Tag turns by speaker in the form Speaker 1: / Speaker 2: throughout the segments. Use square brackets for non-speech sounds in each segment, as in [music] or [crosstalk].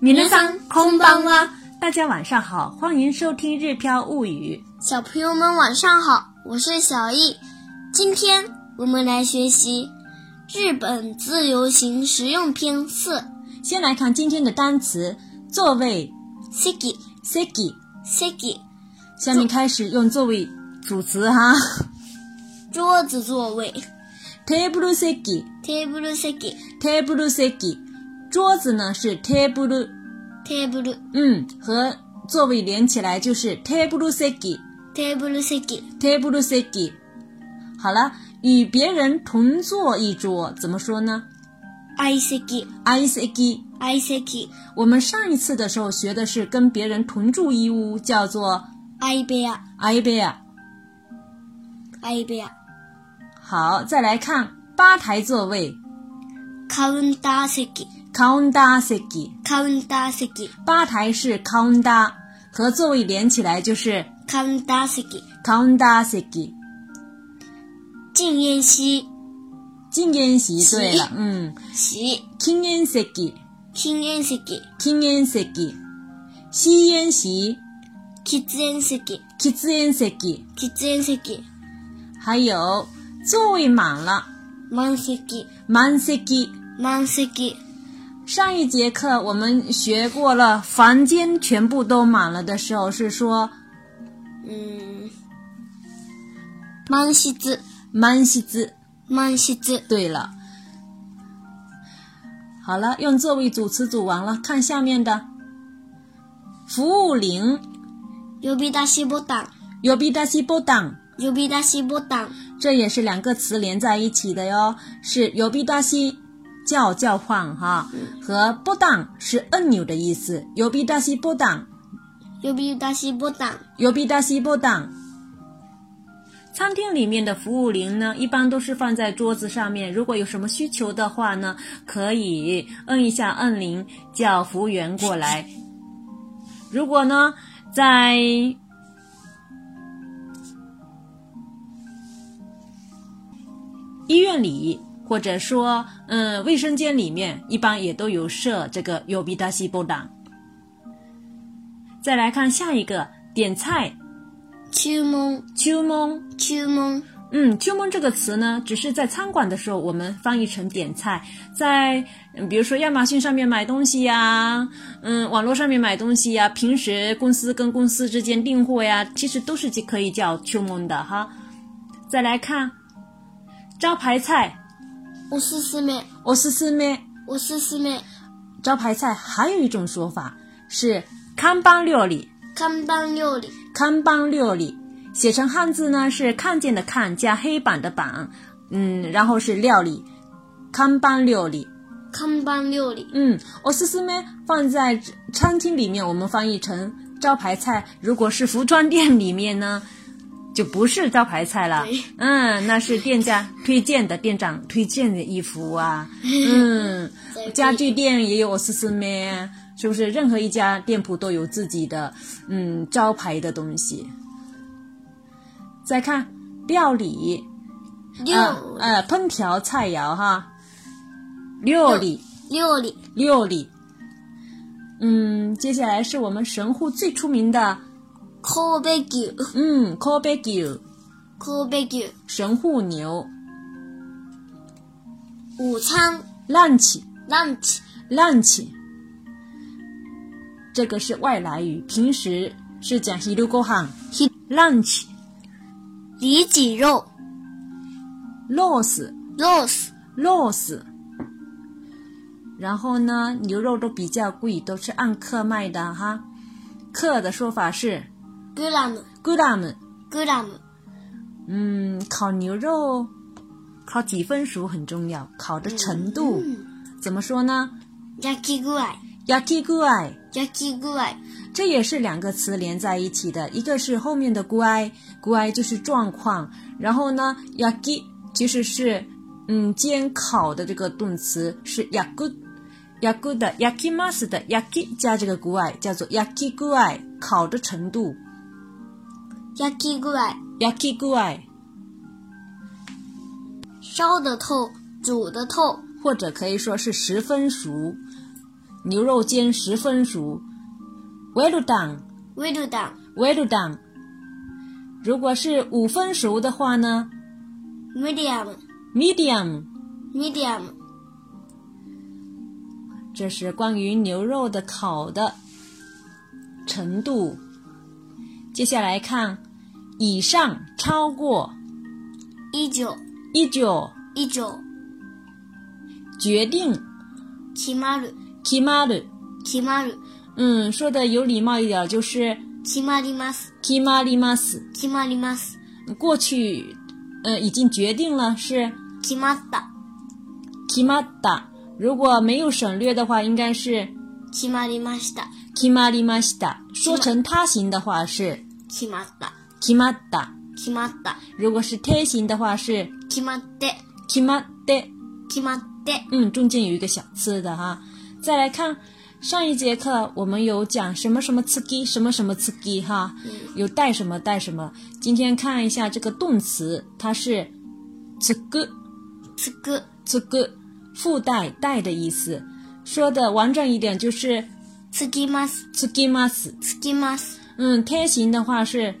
Speaker 1: 皆さんこんばんは。
Speaker 2: 大家晚上好，欢迎收听《日飘物语》。
Speaker 1: 小朋友们晚上好，我是小易。今天我们来学习《日本自由行实用篇四》
Speaker 2: 先来看今天的单词：座位
Speaker 1: seki
Speaker 2: （seki）。
Speaker 1: seki
Speaker 2: 下面开始用座位组词哈。
Speaker 1: 桌子座位
Speaker 2: table seki、
Speaker 1: table seki
Speaker 2: table seki。桌子呢是 table，
Speaker 1: table
Speaker 2: 嗯，和座位连起来就是 table seki、
Speaker 1: table seki
Speaker 2: table seki。好了，与别人同坐一桌怎么说呢
Speaker 1: i seki
Speaker 2: ？i seki。
Speaker 1: i seki
Speaker 2: 我们上一次的时候学的是跟别人同住一屋，叫做
Speaker 1: i 部屋
Speaker 2: i b e
Speaker 1: 相部屋
Speaker 2: 好，再来看吧台座位
Speaker 1: カウンター席
Speaker 2: counter seki，
Speaker 1: カウンター席
Speaker 2: 吧台是 counter，和座位连起来就是
Speaker 1: カウンター席
Speaker 2: counter seki。
Speaker 1: 禁烟席
Speaker 2: 禁烟席，
Speaker 1: 席
Speaker 2: 对了，嗯，
Speaker 1: 席
Speaker 2: 禁烟 seki，
Speaker 1: 禁煙席
Speaker 2: 禁烟 seki，吸烟席，
Speaker 1: 喫煙席
Speaker 2: 喫烟 seki，
Speaker 1: 喫煙席
Speaker 2: 还有座位满了
Speaker 1: 満席
Speaker 2: 满 seki。
Speaker 1: 満席
Speaker 2: 上一节课我们学过了，房间全部都满了的时候是说
Speaker 1: うん満室
Speaker 2: 满席子。
Speaker 1: 満室
Speaker 2: 对了，好了，用座位组词组完了，看下面的服务铃
Speaker 1: 呼び出しボタン
Speaker 2: 呼び出しボタン，
Speaker 1: 呼び出しボタン
Speaker 2: 这也是两个词连在一起的哟，是呼び出し叫叫唤哈，和ボタン是按钮的意思，呼び出しボタン。
Speaker 1: 呼び出しボタン
Speaker 2: 尤比达西波当。餐厅里面的服务铃呢，一般都是放在桌子上面。如果有什么需求的话呢，可以摁一下摁铃，叫服务员过来。如果呢，在医院里或者说嗯卫生间里面，一般也都有设这个尤比达西波当。再来看下一个，点菜。
Speaker 1: 注文
Speaker 2: 秋蒙，
Speaker 1: 注文
Speaker 2: 嗯，秋蒙这个词呢，只是在餐馆的时候我们翻译成点菜，在嗯比如说亚马逊上面买东西呀，嗯，网络上面买东西呀，平时公司跟公司之间订货呀，其实都是可以叫秋蒙的哈。再来看招牌菜，
Speaker 1: おすすめ
Speaker 2: 我是四妹。
Speaker 1: おすすめ
Speaker 2: 招牌菜还有一种说法是看板料理，
Speaker 1: 看板料理
Speaker 2: 看板料理，写成汉字呢是看见的看加黑板的板，嗯，然后是料理，看板料理。
Speaker 1: 看板料理
Speaker 2: 嗯，我思思妹放在餐厅里面，我们翻译成招牌菜；如果是服装店里面呢，就不是招牌菜了
Speaker 1: 对。
Speaker 2: 嗯，那是店家推荐的，店长推荐的衣服啊。嗯，家具店也有我思思妹，是不是？任何一家店铺都有自己的嗯招牌的东西。再看料理，
Speaker 1: 料
Speaker 2: 呃呃，烹调菜肴哈，料理。
Speaker 1: 料理
Speaker 2: 六里。嗯，接下来是我们神户最出名的，
Speaker 1: 神戸牛
Speaker 2: 嗯，Kobe 牛，
Speaker 1: 神戸牛
Speaker 2: 神户牛
Speaker 1: 午餐
Speaker 2: ，lunch
Speaker 1: ランチ
Speaker 2: lunch，这个是外来语，平时是讲 hiru gohan
Speaker 1: ひ
Speaker 2: lunch
Speaker 1: 里脊肉
Speaker 2: loss
Speaker 1: ロース
Speaker 2: loss，然后呢，牛肉都比较贵，都是按克卖的哈，克的说法是
Speaker 1: グラム
Speaker 2: gram，
Speaker 1: グラム
Speaker 2: 嗯，烤牛肉，烤几分熟很重要，烤的程度、
Speaker 1: 嗯
Speaker 2: 怎么说呢？
Speaker 1: 焼き具合
Speaker 2: yaki g u i
Speaker 1: 焼き具合
Speaker 2: 这也是两个词连在一起的，一个是后面的 g u i g u i 就是状况，然后呢，yaki 其实是嗯煎烤的这个动词是 yaku。yaku 的 yakimas 的 yaki 加这个 g u i 叫做 yaki g u i 烤的程度
Speaker 1: 焼き具合
Speaker 2: yaki g u i
Speaker 1: 烧的透煮的透
Speaker 2: 或者可以说是十分熟。牛肉煎十分熟。围炉档，
Speaker 1: 味道档
Speaker 2: 围炉档。如果是五分熟的话呢
Speaker 1: ，medium
Speaker 2: ，medium。
Speaker 1: medium
Speaker 2: 这是关于牛肉的烤的程度。接下来看，以上超过
Speaker 1: 一九
Speaker 2: 一九
Speaker 1: 一九
Speaker 2: 决定
Speaker 1: 決まる
Speaker 2: k i m a r u
Speaker 1: 決まる
Speaker 2: 嗯，说的有礼貌一点就是
Speaker 1: 決まります
Speaker 2: k i m a r i m a s
Speaker 1: 決まります
Speaker 2: 过去呃已经决定了是
Speaker 1: 決まった
Speaker 2: k i m a t a 如果没有省略的话，应该是
Speaker 1: 決まりました
Speaker 2: k i m a r i m a s t a 说成他形的话是
Speaker 1: 決まった
Speaker 2: k i m a t a
Speaker 1: 決まった
Speaker 2: 如果是贴形的话是
Speaker 1: 決まって
Speaker 2: k i m a t e
Speaker 1: 決まって
Speaker 2: 嗯，中间有一个小次的哈。再来看上一节课，我们有讲什么什么刺激，什么什么刺激哈，有带什么带什么。今天看一下这个动词，它是刺激
Speaker 1: つく
Speaker 2: 刺激，附带带的意思。说的完整一点就是
Speaker 1: つきます
Speaker 2: 刺激 mas，
Speaker 1: つきます
Speaker 2: 嗯，贴形的话是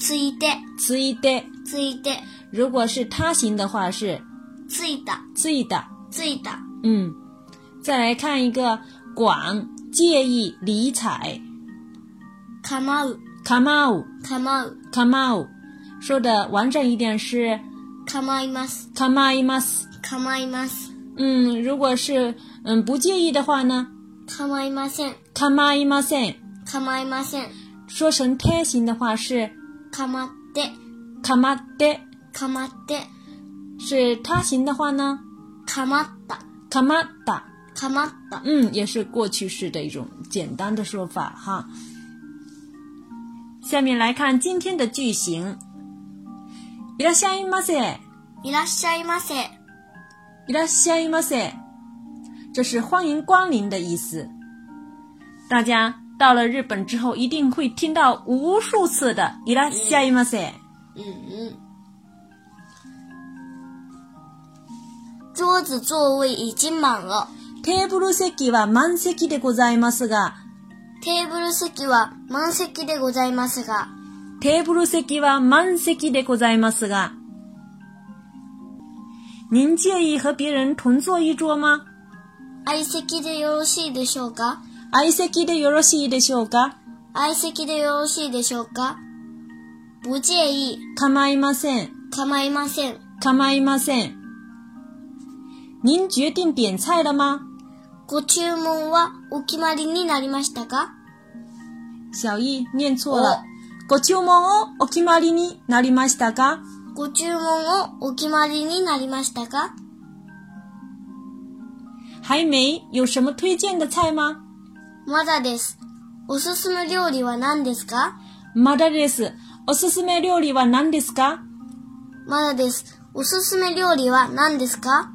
Speaker 1: ついて
Speaker 2: ついて，
Speaker 1: ついて
Speaker 2: 如果是他形的话是
Speaker 1: ついた
Speaker 2: ついた。
Speaker 1: ついた
Speaker 2: 嗯，再来看一个广介意理睬。
Speaker 1: かまう
Speaker 2: かまう、
Speaker 1: かまう
Speaker 2: かまう，说的完整一点是
Speaker 1: かまいます
Speaker 2: かまいます。
Speaker 1: かまいます
Speaker 2: 嗯，如果是嗯不介意的话呢，
Speaker 1: かまいません
Speaker 2: かまいません。
Speaker 1: かまいません
Speaker 2: 说成贴形的话是
Speaker 1: かまって
Speaker 2: かまって，
Speaker 1: かまって
Speaker 2: 是他形的话呢，
Speaker 1: かまった
Speaker 2: かまった。
Speaker 1: かまった
Speaker 2: 嗯，也是过去式的一种简单的说法哈。下面来看今天的句型。いらっしゃいませ。
Speaker 1: いらっしゃいませ
Speaker 2: いらっしゃいませ，这是欢迎光临的意思。大家到了日本之后，一定会听到无数次的いらっしゃいませ。
Speaker 1: うんうん桌子座位已经满了
Speaker 2: テーブル席は満席でございますが、
Speaker 1: テーブル席は満席でございますが
Speaker 2: テーブル席は満席でございますが。您介意和别人同坐一桌吗？
Speaker 1: 相席でよろしいでしょうか
Speaker 2: 相席でよろしいでしょうか？
Speaker 1: 相席でよろしいでしょうか不介意、
Speaker 2: 構いません。
Speaker 1: 構いません。
Speaker 2: 構いません。您决定点菜了吗？
Speaker 1: ご注文はお決まりになりましたか
Speaker 2: 小易念错了。ご注文をお決まりになりましたか
Speaker 1: ご注文をお決まりになりましたか
Speaker 2: 还没有什么推荐的菜吗
Speaker 1: まだです。おすすめ料理は何ですか
Speaker 2: まだです。おすすめ料理は何ですか
Speaker 1: まだです。おすすめ料理は何ですか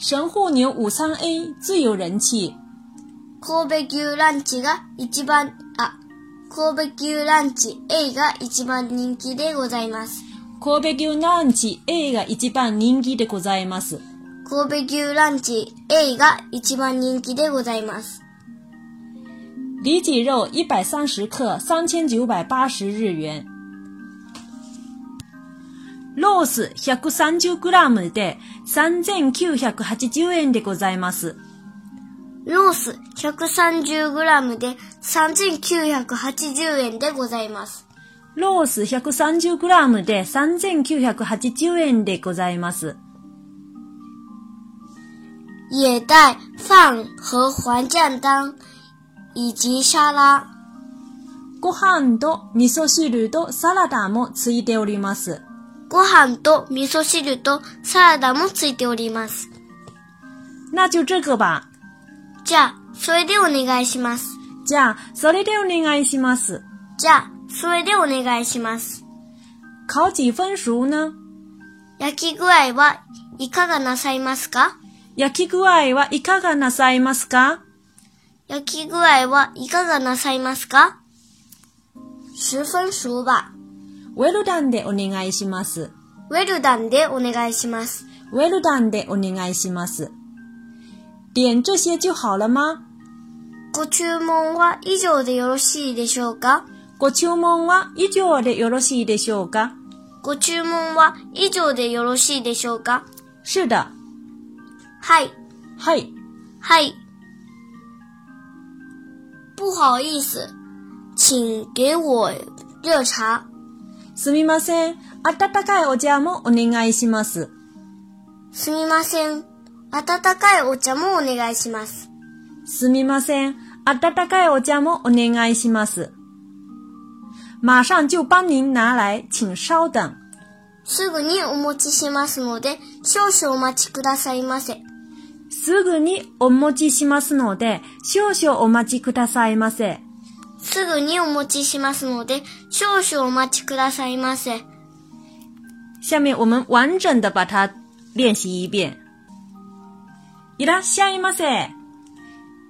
Speaker 2: 神户牛午餐 A 最有人气。
Speaker 1: 神戸牛ランチが一番、あ、神戸牛ランチ A が一番人気でございます。
Speaker 2: 神戸牛ランチ A が一番人気でございます。
Speaker 1: 神戸牛ランチ A が一番人気でございます。
Speaker 2: 里脊肉130克3980日元。ロース130グラムで3980円でございます。
Speaker 1: ロース 130g で3980円でございます。
Speaker 2: ロース 130g で3980円でございます。
Speaker 1: 也带饭和黄酱汤以及沙拉。
Speaker 2: ご飯と味噌汁とサラダもついております。
Speaker 1: ご飯と味噌汁とサラダもついております。
Speaker 2: 那就这个吧。
Speaker 1: じゃあ、それでお願いします。
Speaker 2: じゃあ、それでお願いします。
Speaker 1: じゃあ、それでお願いします。
Speaker 2: 烤几分熟呢
Speaker 1: 焼き具合はいかがなさいますか
Speaker 2: 焼き具合はいかがなさいますか
Speaker 1: 焼き具合はいかがなさいますか十分熟吧。
Speaker 2: ウェルダンでお願いします。
Speaker 1: ウェルダンでお願いします。
Speaker 2: ウェルダンでお願いします。点这些就好了吗？
Speaker 1: ご注文は以上でよろしいでしょうか
Speaker 2: ご注文は以上でよろしいでしょうか？
Speaker 1: ご注文は以上でよろしいでしょうか
Speaker 2: 是的，
Speaker 1: はい、
Speaker 2: はい。
Speaker 1: はい。不好意思，请给我热茶。
Speaker 2: すみません。温かいお茶もお願いします。
Speaker 1: すみません。温かいお茶もお願いします。
Speaker 2: すみません。温かいお茶もお願いします。马上就帮您拿来，请稍等。
Speaker 1: すぐにお持ちしますので、少々お待ちくださいませ。
Speaker 2: すぐにお持ちしますので、少々お待ちくださいませ。
Speaker 1: すぐにお持ちしますので、少々お待ちくださいませ。
Speaker 2: 下面我们完整的把它练习一遍。いらっしゃいませ。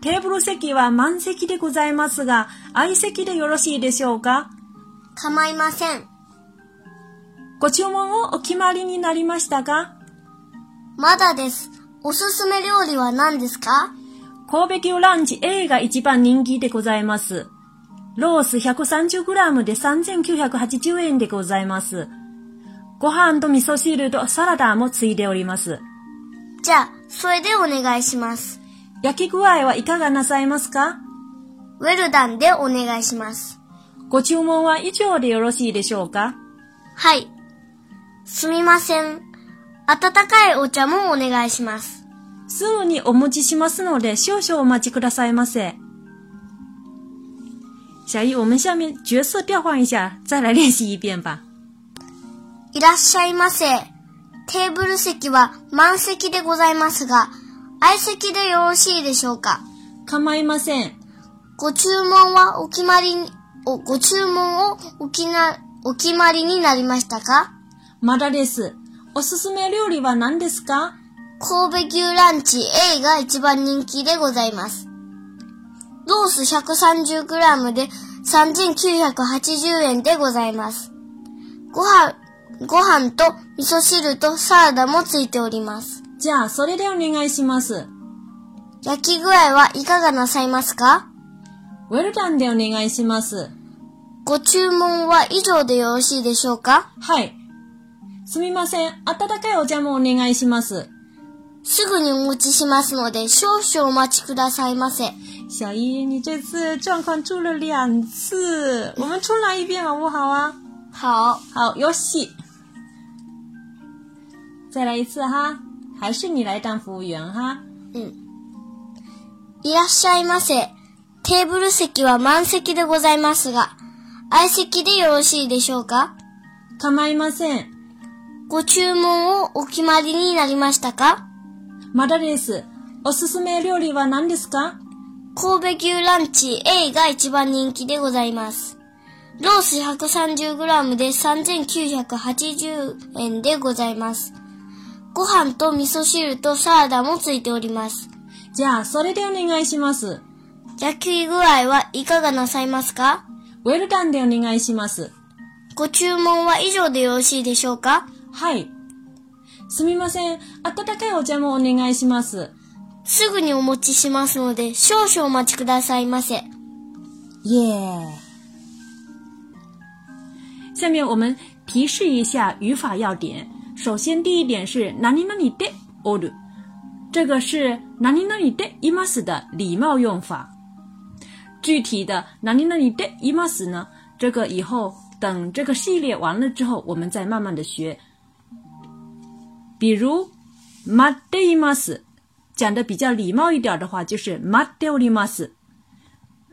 Speaker 2: テーブル席は満席でございますが、相席でよろしいでしょうか
Speaker 1: 構いません。
Speaker 2: ご注文をお決まりになりましたか
Speaker 1: まだです。おすすめ料理は何ですか
Speaker 2: 神戸牛ランチ A が一番人気でございます。ロース 130g で3980円でございます。ご飯と味噌汁とサラダもついております。
Speaker 1: じゃあ、それでお願いします。
Speaker 2: 焼き具合はいかがなさいますか
Speaker 1: ウェルダンでお願いします。
Speaker 2: ご注文は以上でよろしいでしょうか
Speaker 1: はい。すみません。温かいお茶もお願いします。
Speaker 2: すぐにお持ちしますので少々お待ちくださいませ。小易，我们下面角色调换一下，再来练习一遍吧。
Speaker 1: いらっしゃいませ。テーブル席は満席でございますが、相席でよろしいでしょうか
Speaker 2: 構いません。
Speaker 1: ご注文はお決まりに、お、ご注文をおきな、お決まりになりましたか
Speaker 2: まだです。おすすめ料理は何ですか
Speaker 1: 神戸牛ランチ A が一番人気でございます。ロース 130g で3980円でございます。ご飯、ご飯と味噌汁とサラダもついております。
Speaker 2: じゃあ、それでお願いします。
Speaker 1: 焼き具合はいかがなさいますか
Speaker 2: ウェルダンでお願いします。
Speaker 1: ご注文は以上でよろしいでしょうか
Speaker 2: はい。すみません。温かいお茶もお願いします。
Speaker 1: すぐにお持ちしますので少々お待ちくださいませ。
Speaker 2: 小一，你这次状况出了两次，我们重来一遍好不好啊？
Speaker 1: 好。
Speaker 2: 好，よし。再来一次哈，还是你来当服务员哈。
Speaker 1: いらっしゃいませ。テーブル席は満席でございますが、相席でよろしいでしょうか
Speaker 2: 構いません。
Speaker 1: ご注文をお決まりになりましたか
Speaker 2: まだです。おすすめ料理は何ですか
Speaker 1: 神戸牛ランチ A が一番人気でございます。ロース 130g で3980円でございます。ご飯と味噌汁とサラダもついております。
Speaker 2: じゃあ、それでお願いします。
Speaker 1: 焼き具合はいかがなさいますか
Speaker 2: ウェルダンでお願いします。
Speaker 1: ご注文は以上でよろしいでしょうか
Speaker 2: はい。すみません。温かいお茶もお願いします。
Speaker 1: すぐにお持ちしますので、少々お待ちくださいませ。
Speaker 2: 耶、下面我们提示一下语法要点。首先，第一点是“哪里哪里的 o r 这个是“哪里哪里的 imas” 的礼貌用法。具体的“哪里哪里的 imas” 呢？这个以后等这个系列完了之后，我们再慢慢的学。比如“待っています”，讲的比较礼貌一点的话，就是“待っております”。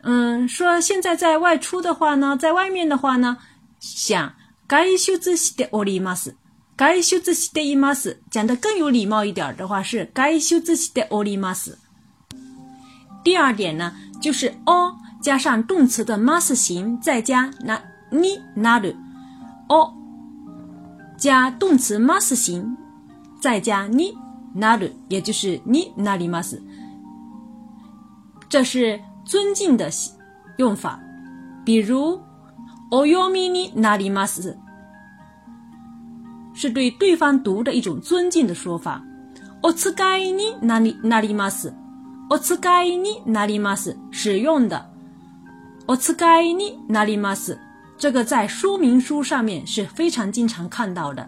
Speaker 2: 嗯，说现在在外出的话呢，在外面的话呢，想外出しております。外出しています，讲的更有礼貌一点的话是外出しております。第二点呢，就是お加上动词的 mas 形，再加なになる。お哦加动词 mas 形，再加になる，也就是になります。这是尊敬的用法。比如，お読みになります，是对对方读的一种尊敬的说法。お使いになりなります，お使いになります，使用的。お使いになります，这个在说明书上面是非常经常看到的。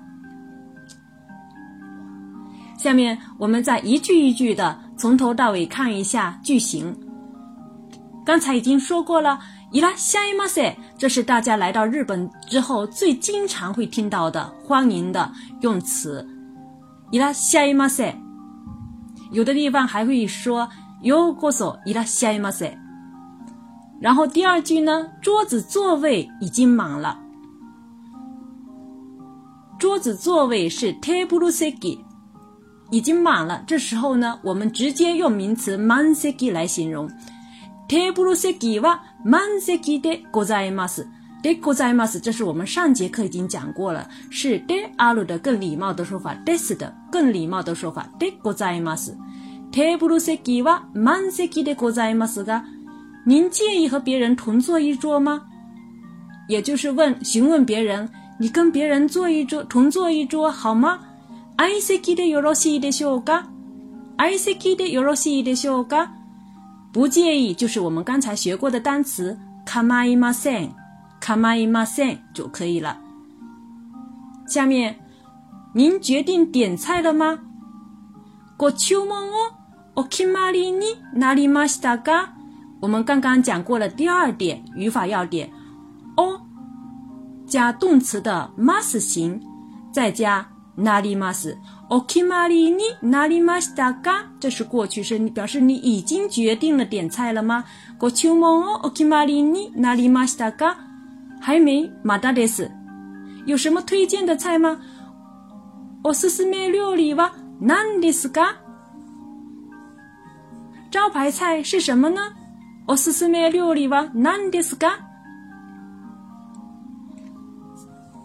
Speaker 2: 下面我们再一句一句的从头到尾看一下句型。刚才已经说过了，いらっしゃいませ，这是大家来到日本之后最经常会听到的欢迎的用词。いらっしゃいませ。有的地方还会说ようこそいらっしゃいませ。然后第二句呢，桌子座位已经满了。桌子座位是 table seki，已经满了。这时候呢，我们直接用名词満席来形容。table seki は満席でございます。でございます，这是我们上节课已经讲过了，是である的更礼貌的说法，です的更礼貌的说法，でございます。table 席は満席でございますが，您介意和别人同坐一桌吗？也就是问询问别人，你跟别人坐一桌，同坐一桌好吗？相席でよろしいでしょうか？相席でよろしいでしょうか？不介意就是我们刚才学过的单词かまいません、かまいません就可以了。下面，您决定点菜了吗？ご注文をお決まりになりましたか？我们刚刚讲过了第二点语法要点，o 加动词的 mas 形，再加なります。お決まりになりましたか？这是过去式，你表示你已经决定了点菜了吗？ご注文をお決まりになりましたか？还没，まだです。有什么推荐的菜吗？おすすめ料理は何ですか？招牌菜是什么呢？おすすめ料理は何ですか？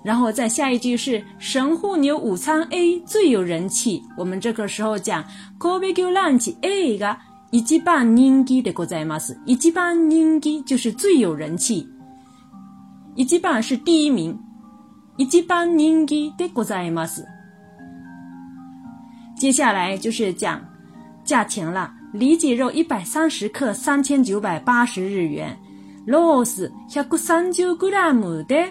Speaker 2: 然后再下一句是神户牛午餐 A 最有人气。我们这个时候讲神戸牛 lunch A が一番人気でございます。一番人気就是最有人气。一番是第一名，一番人気でございます。接下来就是讲价钱了，里脊肉一百三十克三千九百八十日元，ロース百三十グラムで。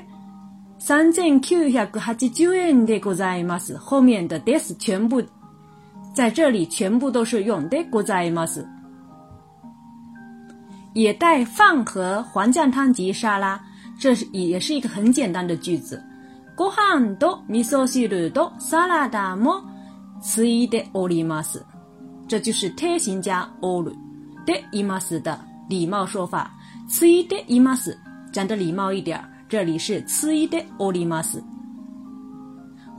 Speaker 2: 三千九百八十円でございます。后面的 this 全部在这里全部都是用でございます。也带饭和黄酱汤及沙拉，这是也是一个很简单的句子。ご飯と味噌汁とサラダもついております。这就是贴形加 o るでいます的礼貌说法。ついています，讲的礼貌一点儿，这里是ついております。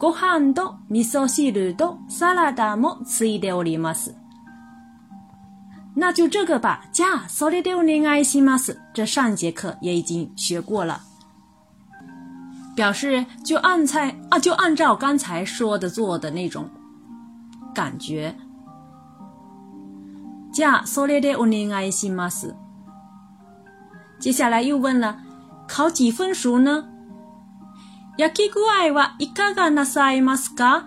Speaker 2: ご飯と味噌汁とサラダもついております。那就这个吧，じゃあそれでお願いします。这上节课也已经学过了。表示就按菜啊，就按照刚才说的做的那种感觉。じゃあそれでお願いします。接下来又问了，考几分熟呢？焼き具合はいかがなさいますか？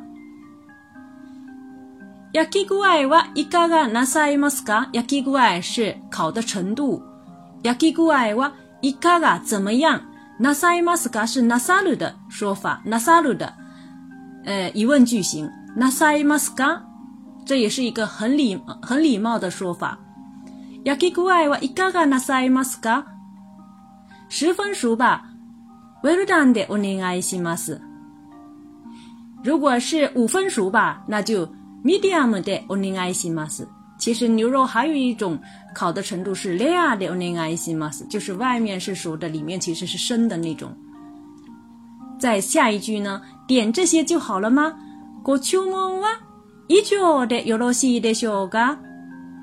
Speaker 2: 焼き具合はいかがなさいますか？焼き具合是烤的程度。焼き具合はいかが怎么样？なさいますか是なさる的说法，なさる的，呃，疑问句型。なさいますか？这也是一个很礼很礼貌的说法。焼き具合はいかがなさいますか？十分熟吧。Well done でお願いします。如果是五分熟吧，那就 medium でお願いします。其实牛肉还有一种烤的程度是 rare でお願いします，就是外面是熟的，里面其实是生的那种。再下一句呢，点这些就好了吗？ご注文は以上でよろしいでしょうか？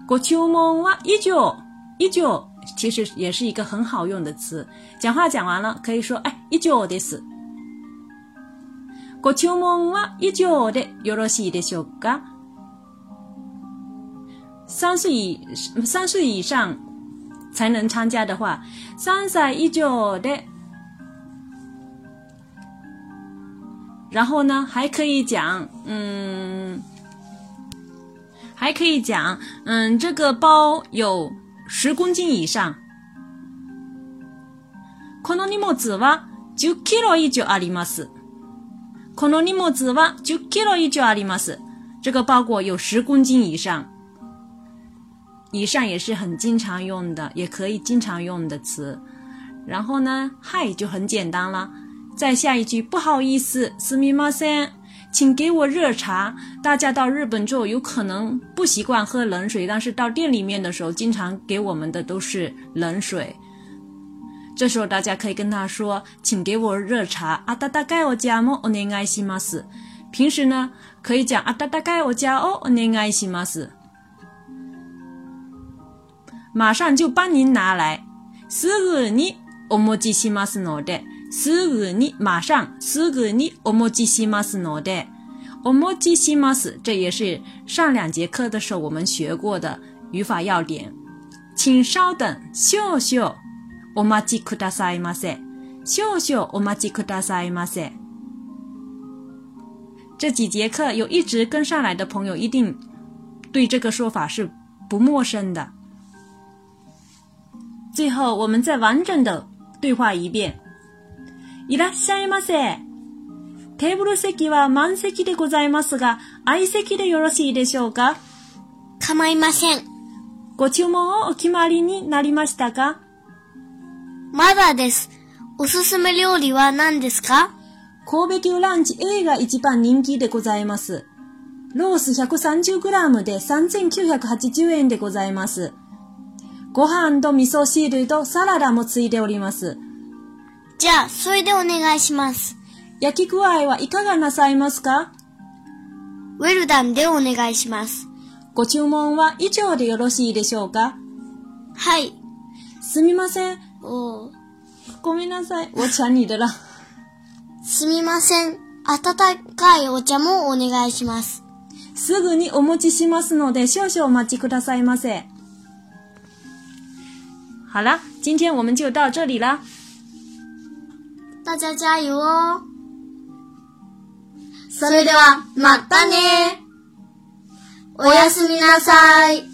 Speaker 2: ご注文は以上，以上其实也是一个很好用的词。讲话讲完了，可以说哎，以上です。ご注文は以上でよろしいでしょうか？三岁以三岁以上才能参加的话，三歳以上で。然后呢，还可以讲，嗯，还可以讲，嗯，这个包有十公斤以上。この荷物は10キロ以上あります。この荷物は10キロ以上あります。这个包裹有十公斤以上。以上也是很经常用的，也可以经常用的词。然后呢嗨就很简单了。再下一句，不好意思，すみません，请给我热茶。大家到日本之后有可能不习惯喝冷水，但是到店里面的时候，经常给我们的都是冷水。这时候大家可以跟他说，请给我热茶。あたたかいお茶もお願いします。平时呢，可以讲あたたかいお茶を哦お願いします。马上就帮您拿来。すぐにお持ちしますので、すぐに马上すぐにお持ちしますので、お持ちします，这也是上两节课的时候我们学过的语法要点。请稍等，少々お待ちくださいませ。少々お待ちくださいませ。这几节课有一直跟上来的朋友，一定对这个说法是不陌生的。最后，我们再完整的对话一遍。いらっしゃいませ。テーブル席は満席でございますが、相席でよろしいでしょうか
Speaker 1: 構いません。
Speaker 2: ご注文をお決まりになりましたか
Speaker 1: まだです。おすすめ料理は何ですか
Speaker 2: 神戸牛ランチ A が一番人気でございます。ロース 130g で3980円でございます。ご飯と味噌汁とサラダもついております。
Speaker 1: じゃあ、それでお願いします。
Speaker 2: 焼き具合はいかがなさいますか
Speaker 1: ウェルダンでお願いします。
Speaker 2: ご注文は以上でよろしいでしょうか
Speaker 1: はい。
Speaker 2: すみません。
Speaker 1: おー
Speaker 2: ごめんなさい。我抢你的了。
Speaker 1: すみません。温かいお茶もお願いします。
Speaker 2: [laughs] すぐにお持ちしますので少々お待ちくださいませ。好了，今天我们就到这里啦。
Speaker 1: 大家加油哦！それでは、またねおやすみなさい。